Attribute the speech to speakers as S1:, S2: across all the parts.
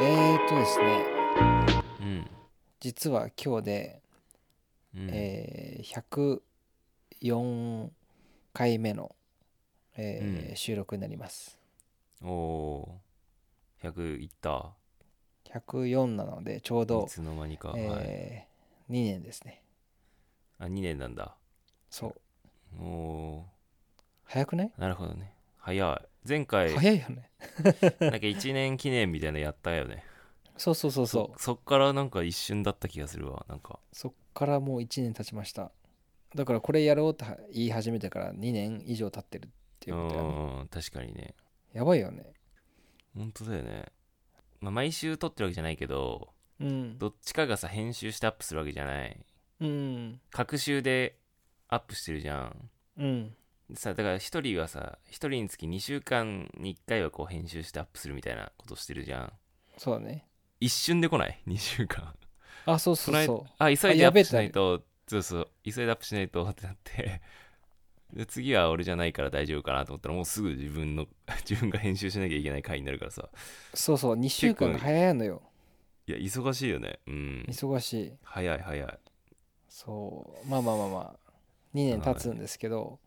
S1: えー、っとですね
S2: うん
S1: 実は今日で、
S2: うん
S1: えー104回目の、えー
S2: うん
S1: 収録になります
S2: おおー100いった
S1: 104なのでちょう
S2: い
S1: ど、
S2: つの間にか、はい、
S1: えー2年ですね
S2: あ2年なんだ
S1: そう
S2: おお
S1: 早くない、
S2: ーなるほどね早い前回なんか
S1: 早いよね
S2: 1年記念みたいなのやったよね
S1: そうそうそうそう
S2: そっからなんか一瞬だった気がするわなんか
S1: そっからもう1年経ちましただからこれやろうと言い始めてから2年以上経ってるっていうことやね
S2: うん確かにね
S1: やばいよね
S2: 本当だよね、まあ、毎週撮ってるわけじゃないけど
S1: うん
S2: どっちかがさ編集してアップするわけじゃない
S1: うん
S2: 隔週でアップしてるじゃん
S1: うん
S2: さだから一人はさ一人につき2週間に1回はこう編集してアップするみたいなことしてるじゃん
S1: そうだね
S2: 一瞬で来ない2週間
S1: あそうそうそ
S2: あ急いで
S1: や
S2: アッ
S1: べえ
S2: プしないとそうそう急いでアップしないとってなって で次は俺じゃないから大丈夫かなと思ったらもうすぐ自分の 自分が編集しなきゃいけない回になるからさ
S1: うそうそう2週間が早いのよ
S2: いや忙しいよねうん
S1: 忙しい
S2: 早い早い、
S1: そうまあまあまあまあ2年経つんですけど、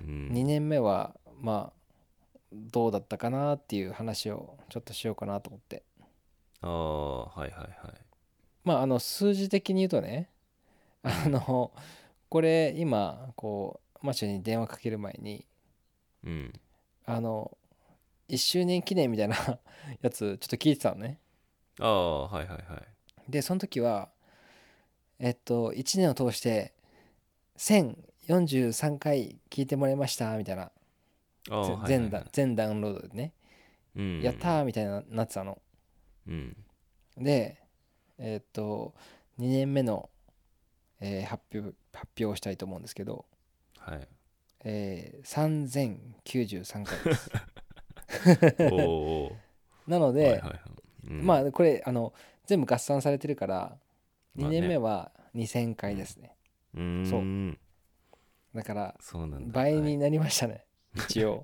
S2: うん、
S1: 2年目はまあどうだったかなっていう話をちょっとしようかなと思って
S2: ああはいはいはい
S1: まああの数字的に言うとねあのこれ今こうマッシュに電話かける前に
S2: うん
S1: あの1周年記念みたいな やつちょっと聞いてたのね
S2: ああはいはいはい
S1: でその時はえっと1年を通して1043回聞いてもらいましたみたいな
S2: ああはいはいはい
S1: 全ダ全ダウンロードでね
S2: うん
S1: やったーみたいななってたの
S2: うん
S1: でえーっと2年目の、えー発表発表をしたいと思うんですけど、
S2: はい
S1: えー、3093回 です
S2: おーおー
S1: なので、
S2: はいはいはいうん
S1: まあこれあの全部合算されてるから
S2: ま
S1: 2
S2: あね
S1: 年目は2000回ですね,、
S2: うーん
S1: だから
S2: そうなんだ
S1: 倍
S2: はい
S1: になりました ね、一応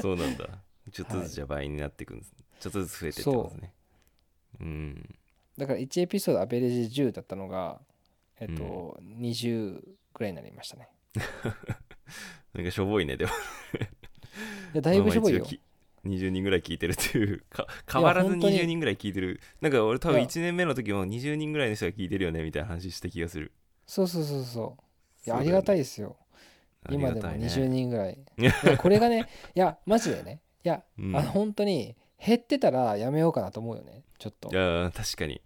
S2: そうなんだちょっとずつじゃ倍になっていくんです、ちょっとずつ増えていってますねうん
S1: だから1エピソードアベレージ10だったのがえーっと、20くらいになりましたね
S2: なんかしょぼいねでも
S1: いやだいぶしょぼい
S2: ま
S1: よ
S2: あまあ一応き20人ぐらい聞いてるっていう か変わらず
S1: 本当に
S2: 20人ぐらい聞いてるなんか俺多
S1: い
S2: 分
S1: や
S2: 1年目の時も20人ぐらいの人が聞いてるよねみたいな話した気がする
S1: そうそうそうそういやありがた
S2: い
S1: いですよ今でも20人ぐらい
S2: いや
S1: いやこれがねいやマジでねいや、
S2: うん
S1: あの本当に減ってたらやめようかなと思うよねちょっと
S2: いやー確かに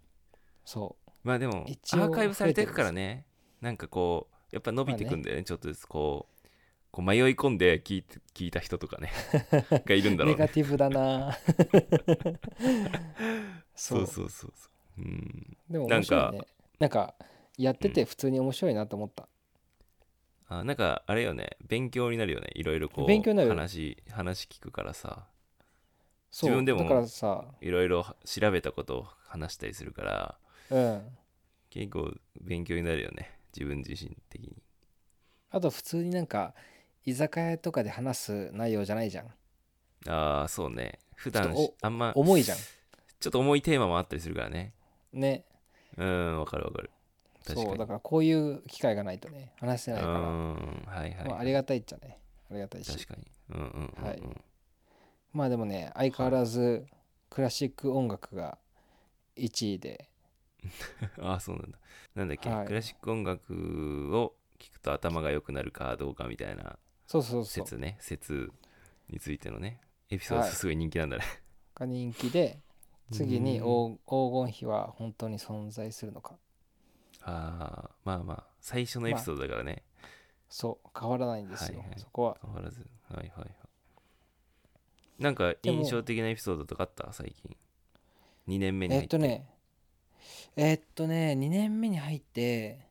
S1: そう
S2: まあでもア
S1: 一応
S2: ーカイブされていくからねなんかこうやっぱ伸びていくんだよね,、ちょっとずつこうこう迷い込んで聞いて聞いた人 とかねがいるんだろ
S1: ネ
S2: う
S1: ガ
S2: ね
S1: ティブだな そ
S2: そううそうそうそううん
S1: でも面白いねなんかやってて普通に面白いなと思った、
S2: あなんかあれよね勉強になるよねいろいろこう
S1: 勉強になる
S2: 話話聞くからさ
S1: そう
S2: 自分でも
S1: だからさ
S2: いろいろ調べたことを話したりするから
S1: うん
S2: 結構勉強になるよね自分自身的に
S1: あと普通になんか居酒屋とかで話す内容じゃないじゃん
S2: ああそうね普段
S1: ちょっと
S2: あんま
S1: 重いじゃ
S2: ちょっと重いテーマもあったりするからね
S1: んね
S2: うんわかるわかる確か
S1: そう
S2: に
S1: だからこういう機会がないとね話せないから、
S2: うんはいはい、
S1: まあ、ありがたいっちゃねありがたいし
S2: 確かにうんうんうんうん、
S1: はいまあでもね相変わらずクラシック音楽が1位で、
S2: ああそうなんだなんだっけ、
S1: はい
S2: クラシック音楽を聞くと頭が良くなるかどうかみたいな
S1: そうそうそう
S2: 説ね説についてのねエピソード
S1: はい
S2: すごい人気なんだね、
S1: が人気で次に
S2: うん
S1: 黄黄金比は本当に存在するのか
S2: ああまあまあ最初のエピソードだからね、
S1: そう変わらないんですよ、
S2: はいはい
S1: そこは
S2: 変わらずはいはいはいなんか
S1: でも
S2: 印象的なエピソードとかあった最近2年目に
S1: え
S2: 入
S1: っ
S2: っ
S1: と
S2: て、
S1: ねえっとね2年目に入って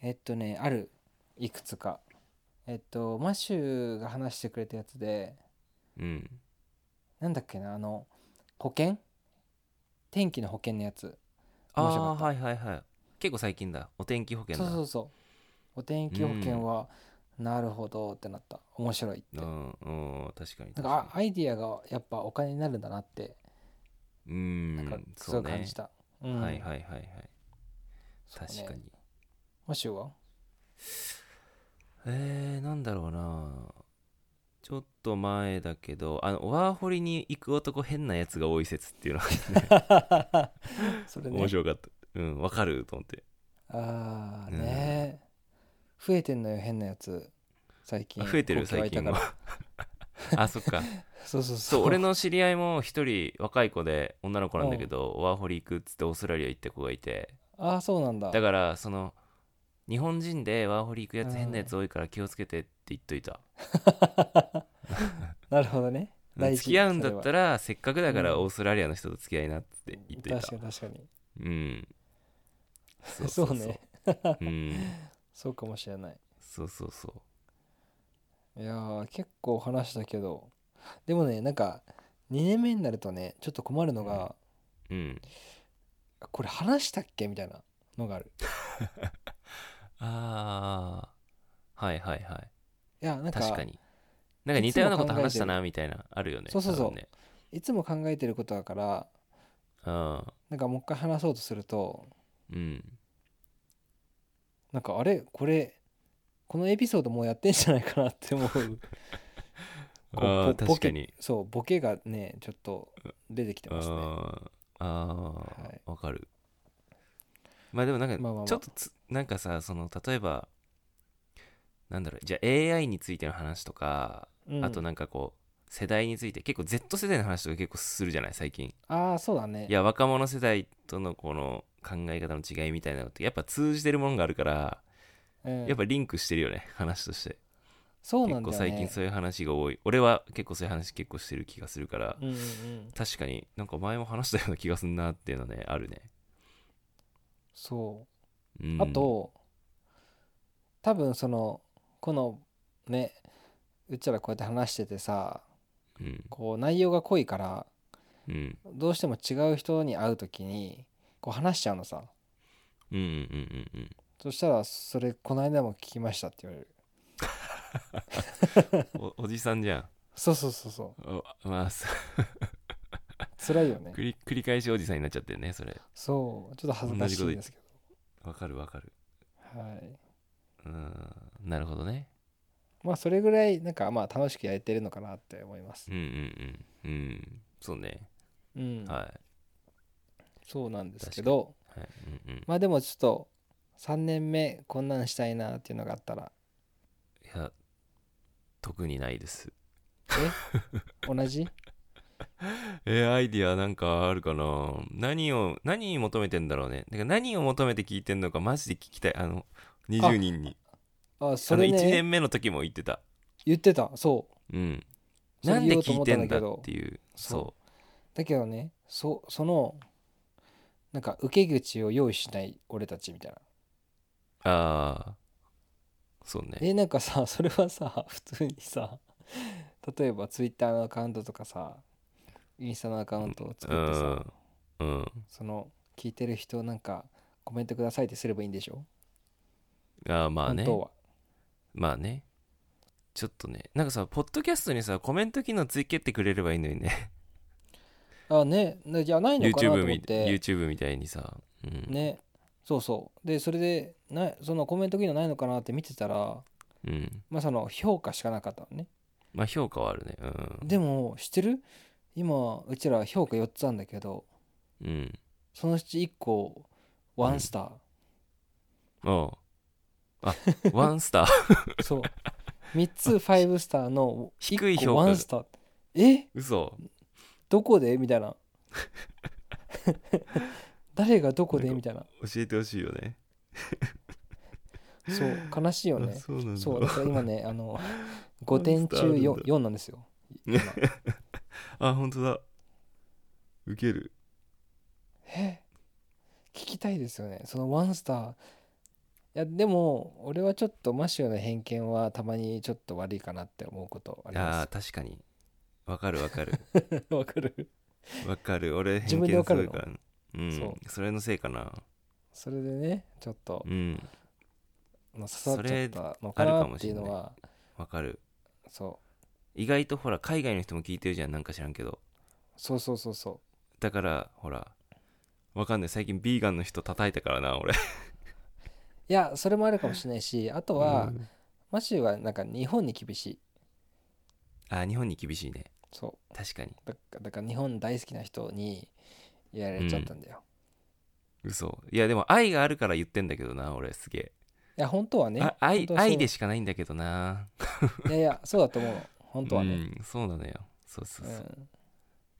S1: えっとねあるいくつかえっとマシュが話してくれたやつで
S2: うん
S1: なんだっけなあの保険天気の保険のやつ
S2: あ
S1: 面白か
S2: あ
S1: っ
S2: ー
S1: た
S2: はいはいはい結構最近だお天気保険だ
S1: そうそうそうお天気保険は、なるほどってなった面白いって
S2: う
S1: なん
S2: うん確かに
S1: んか
S2: 確か
S1: あアイディアがやっぱお金になるんだなって
S2: うー
S1: なん
S2: ん
S1: かす
S2: そ
S1: ご
S2: う
S1: い感
S2: ね
S1: じた、うん
S2: はいはいはいはい
S1: そうね
S2: 確かに
S1: マシューは
S2: えー、なんだろうなちょっと前だけどあのワーホリに行く男変なやつが多い説っていうのが
S1: それね
S2: 面白かった、うんわかると思って
S1: ああ
S2: うん
S1: ね、増えてんのよ変なやつ最近
S2: あ増えてる
S1: 皇居空
S2: 最
S1: いた
S2: 近
S1: から
S2: は あそっか
S1: そうそうそう
S2: そう俺の知り合いも一人若い子で女の子なんだけどワーホリ行くっつってオーストラリア行った子がいて
S1: ああそうなんだ
S2: だからその日本人でワーホリ行くや
S1: うん
S2: つ変なやつ多いから気をつけてって言っといた、
S1: なるほどね
S2: うん付き合うんだった
S1: ら
S2: らせっかくだから
S1: うん
S2: オーストラリアの人と付き合いなっつって言っといた
S1: 確かに確かに
S2: うん
S1: そうね
S2: うん
S1: そうかもしれない
S2: そうそうそ
S1: いやー結構話したけどでもねなんか2年目になるとねちょっと困るのが、
S2: ううん
S1: これ話したっけみたいなのがある
S2: ああはいはいはい
S1: いやなんか
S2: 確かになんか似たようなこと話したなみたいなあるよね
S1: そうそうそう
S2: 多分ね
S1: いつも考えてることだから
S2: あ
S1: なんかもう一回話そうとすると
S2: ーうん
S1: なんかあれこれこのエピソードもうやってんじゃないかなって 思うこう
S2: あ
S1: ぼボ
S2: ー確
S1: ケ
S2: かに
S1: そうボケがねちょっと出てきて
S2: あ
S1: ますね
S2: ーあー
S1: はい
S2: わかるまあでもなんか
S1: まあまあまあ
S2: ちょっとつなんかさその例えばなんだろうじゃあ AI についての話とか
S1: うん、
S2: あとなんかこう世代について結構 Z 世代の話とか結構するじゃない最近
S1: ああそうだね
S2: いや若者世代とのこの考え方の違いみたいなのってやっぱ通じてるものがあるから
S1: うん
S2: やっぱリンクしてるよね話として
S1: そうな
S2: 結
S1: ん
S2: 構
S1: だよね
S2: 最近そういう話が多い俺は結構そういう話結構してる気がするから
S1: うんうんうん
S2: 確かになんか前も話したような気がすんなっていうのはねあるね
S1: そう
S2: うん
S1: あと、多分そのこのねうちらこうやって話しててさ
S2: うん
S1: こう内容が濃いから
S2: うん
S1: どうしても違う人に会う時にこう話しちゃうのさ
S2: うんうんうんうん
S1: そしたら「それこの間も聞きました」って言われる
S2: うんおお じさんじゃん
S1: そうそうそうそ
S2: おまあさ
S1: う辛いよね
S2: 繰り繰り返しおじさんになっちゃってるねそれ
S1: そうちょっと恥ずかしいですけど
S2: わかるわかる
S1: はい
S2: うんなるほどね
S1: まあそれぐらいなんかまあ楽しくやれてるのかなって思います
S2: うんうんうんうんそうね、
S1: うん
S2: は
S1: そうなんですけど
S2: いはいうんうん
S1: まあでもちょっと3年目こんなんしたいなっていうのがあったら
S2: いや特にないです
S1: 同じ
S2: えーアイディアなんかあるかな何を何求めてんだろうねだから何を求めて聞いてんのかマジで聞きたいあの20人に
S1: あ
S2: あ
S1: そ
S2: の
S1: れ
S2: 1
S1: ね
S2: 年目の時も言ってた
S1: 言ってたそう
S2: うん
S1: それ
S2: なんで
S1: 言おうと
S2: 聞
S1: 思
S2: い
S1: った
S2: て
S1: んだけ
S2: んだっ
S1: ど
S2: ていう
S1: そ
S2: そ
S1: だけどねそそのなんか受け口を用意しない俺たちみたいな
S2: うああそうね
S1: えなんかさそれはさ普通にさ例えばツイッターのアカウントとかさインスタのアカウントを
S2: う
S1: 作ってさ、
S2: んうん
S1: その聞いてる人なんかコメントくださいってすればいいんでしょ、
S2: ああまあね
S1: 本当は
S2: まあねちょっとねなんかさポッドキャストにさコメント機能つけてくれればいいのにね
S1: あねなじゃあないのかなと
S2: YouTube,
S1: 思っ
S2: み
S1: て
S2: YouTube みたいにさ、うん
S1: ねそうそうでそれでなそのコメント機能ないのかなって見てたら
S2: うん、
S1: まあその評価しかなかったのね
S2: まあ評価はあるねうん
S1: でも知ってる今うちら評価4つあんだけど
S2: うん
S1: そのうち1個ワンスター、
S2: おうあ ワンスター
S1: そう3つ5スターの
S2: 低い
S1: 1個
S2: 評価
S1: ワンスターえ
S2: 嘘
S1: どこでみたいな 誰がどこで
S2: なんか
S1: みたいな
S2: 教えてほしいよね
S1: そう悲しいよ
S2: あ
S1: ね
S2: そうなんだ
S1: そうだから今ねあの5点中
S2: ワンスターあるんだ
S1: 4, 4なんですよ今
S2: あ本当だウケる
S1: え聞きたいですよねそのワンスターいやでも俺はちょっとマシューの偏見はたまにちょっと悪いかなって思うことあり
S2: あ
S1: ま
S2: あ確かにわかる わかる
S1: すわかる
S2: わかる俺
S1: 自
S2: 偏
S1: 分でわ
S2: 見
S1: か
S2: す
S1: るの
S2: るからう
S1: そ
S2: んそれのせいかな
S1: それでねちょっと
S2: うん
S1: まあ刺さっちゃったのか
S2: それあ
S1: な
S2: るかも
S1: って
S2: し
S1: い
S2: れ
S1: う
S2: ない
S1: のは
S2: わかる
S1: そ
S2: 意外とほら海外の人も聞いてるじゃんなんか知らんけど
S1: うそうそうそうそ
S2: だからほらわかんない最近ビーガンの人叩いたからな俺
S1: いやそれもあるかもしれないしあとは、
S2: うん
S1: マシューはなんか日本に厳しい
S2: あ日本に厳しいね
S1: そ
S2: 確かに
S1: うだだから日本大好きな人にやられちゃったんだよ、
S2: 嘘いやでも愛があるから言ってんだけどな俺すげ
S1: いや本当は
S2: え
S1: ね
S2: あ愛
S1: 本当はそう
S2: 愛でしかないんだけどない
S1: やいやそうだと思うの本当はね、
S2: うん、そうなのよそうそう
S1: う
S2: そう、
S1: ん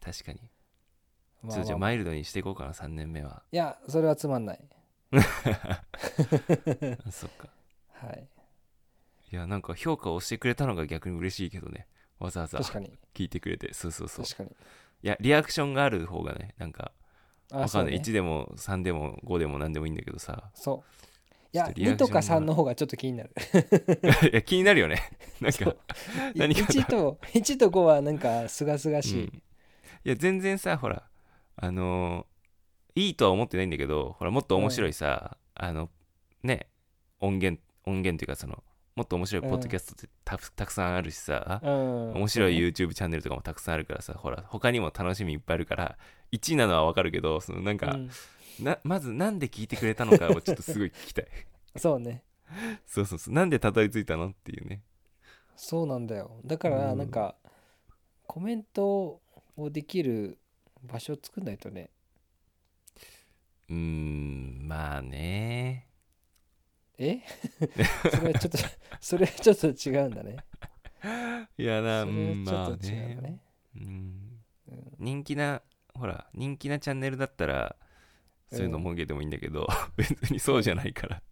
S2: 確かに
S1: まあ
S2: ちょっとじゃあ
S1: まあ
S2: マイルドにしていこうかな3年目はい
S1: やそれはつまんない
S2: あそっか
S1: はい
S2: いやなんか評価をしてくれたのが逆に嬉しいけどねわざわざ
S1: 確かに
S2: 聞いてくれてそうそうそうい
S1: 確かに
S2: やリアクションがある方がねなんか
S1: あ
S2: わかんない、
S1: そう,、
S2: 1でも3でも5でも何でもいいんだけどさ
S1: そうい
S2: ちょ
S1: や
S2: っとリア
S1: 2
S2: クシ
S1: と
S2: ョンが
S1: か3の方がちょっと気になる
S2: いや気になるよねなん
S1: そ
S2: か
S1: う
S2: 何が
S1: 1と1と5はなんかすがすがしい、
S2: うんいや全然さほらあのーいいとは思ってないんだけどほらもっと面白いさ、あのね音源音源っていうかそのもっと面白いポッドキャストってた,、たくさんあるしさ、
S1: うん
S2: 面白い YouTube チャンネルとかもたくさんあるからさほら他にも楽しみいっぱいあるから1位なのはわかるけどそのなん
S1: そう
S2: か、
S1: ね
S2: なまずなんで聞いてくれたのかをちょっとすごい聞 きたい
S1: うんそうね
S2: そうそうそうなんでたどり着いたのっていうね
S1: そうなんだよだから
S2: うん
S1: なんか、コメントをできる場所を作んないとね
S2: うーんまあね
S1: え それはちょっ とそれはちょっと違うんだね
S2: いや
S1: それ
S2: な
S1: は
S2: うん
S1: ちょ
S2: まあ
S1: っと違うんだ
S2: ね
S1: ね
S2: うん
S1: うん
S2: 人気なほら人気なチャンネルだったらそういうの文句でもいいんだけど、 別にそうじゃないから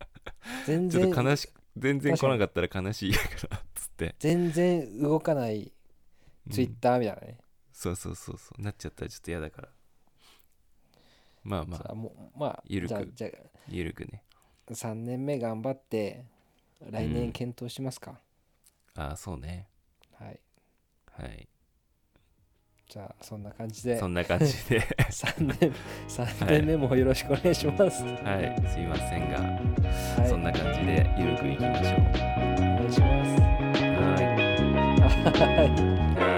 S1: 全
S2: ちょっ
S1: 然
S2: と悲しく全然
S1: 確
S2: 来
S1: か
S2: な
S1: に
S2: かったら悲しいからっつって、
S1: 全然動かない
S2: うん
S1: ツイッターみたいなね、
S2: そうそうそうそうなっちゃったらちょっと嫌だからまあま
S1: さ
S2: あ
S1: あもうまあ
S2: ゆるく
S1: じゃあじゃ
S2: ゆるくね
S1: あ3年目頑張って来
S2: うん
S1: 年検討しますか、
S2: ああそうね
S1: はい
S2: はい
S1: じゃあそんな感じで
S2: そんな感じで
S1: 3年 ,3 年目もよろしくお願いします、
S2: はいすいませんが、
S1: はい
S2: そんな感じでゆるくいきましょう
S1: お願いします
S2: はい
S1: はい
S2: はい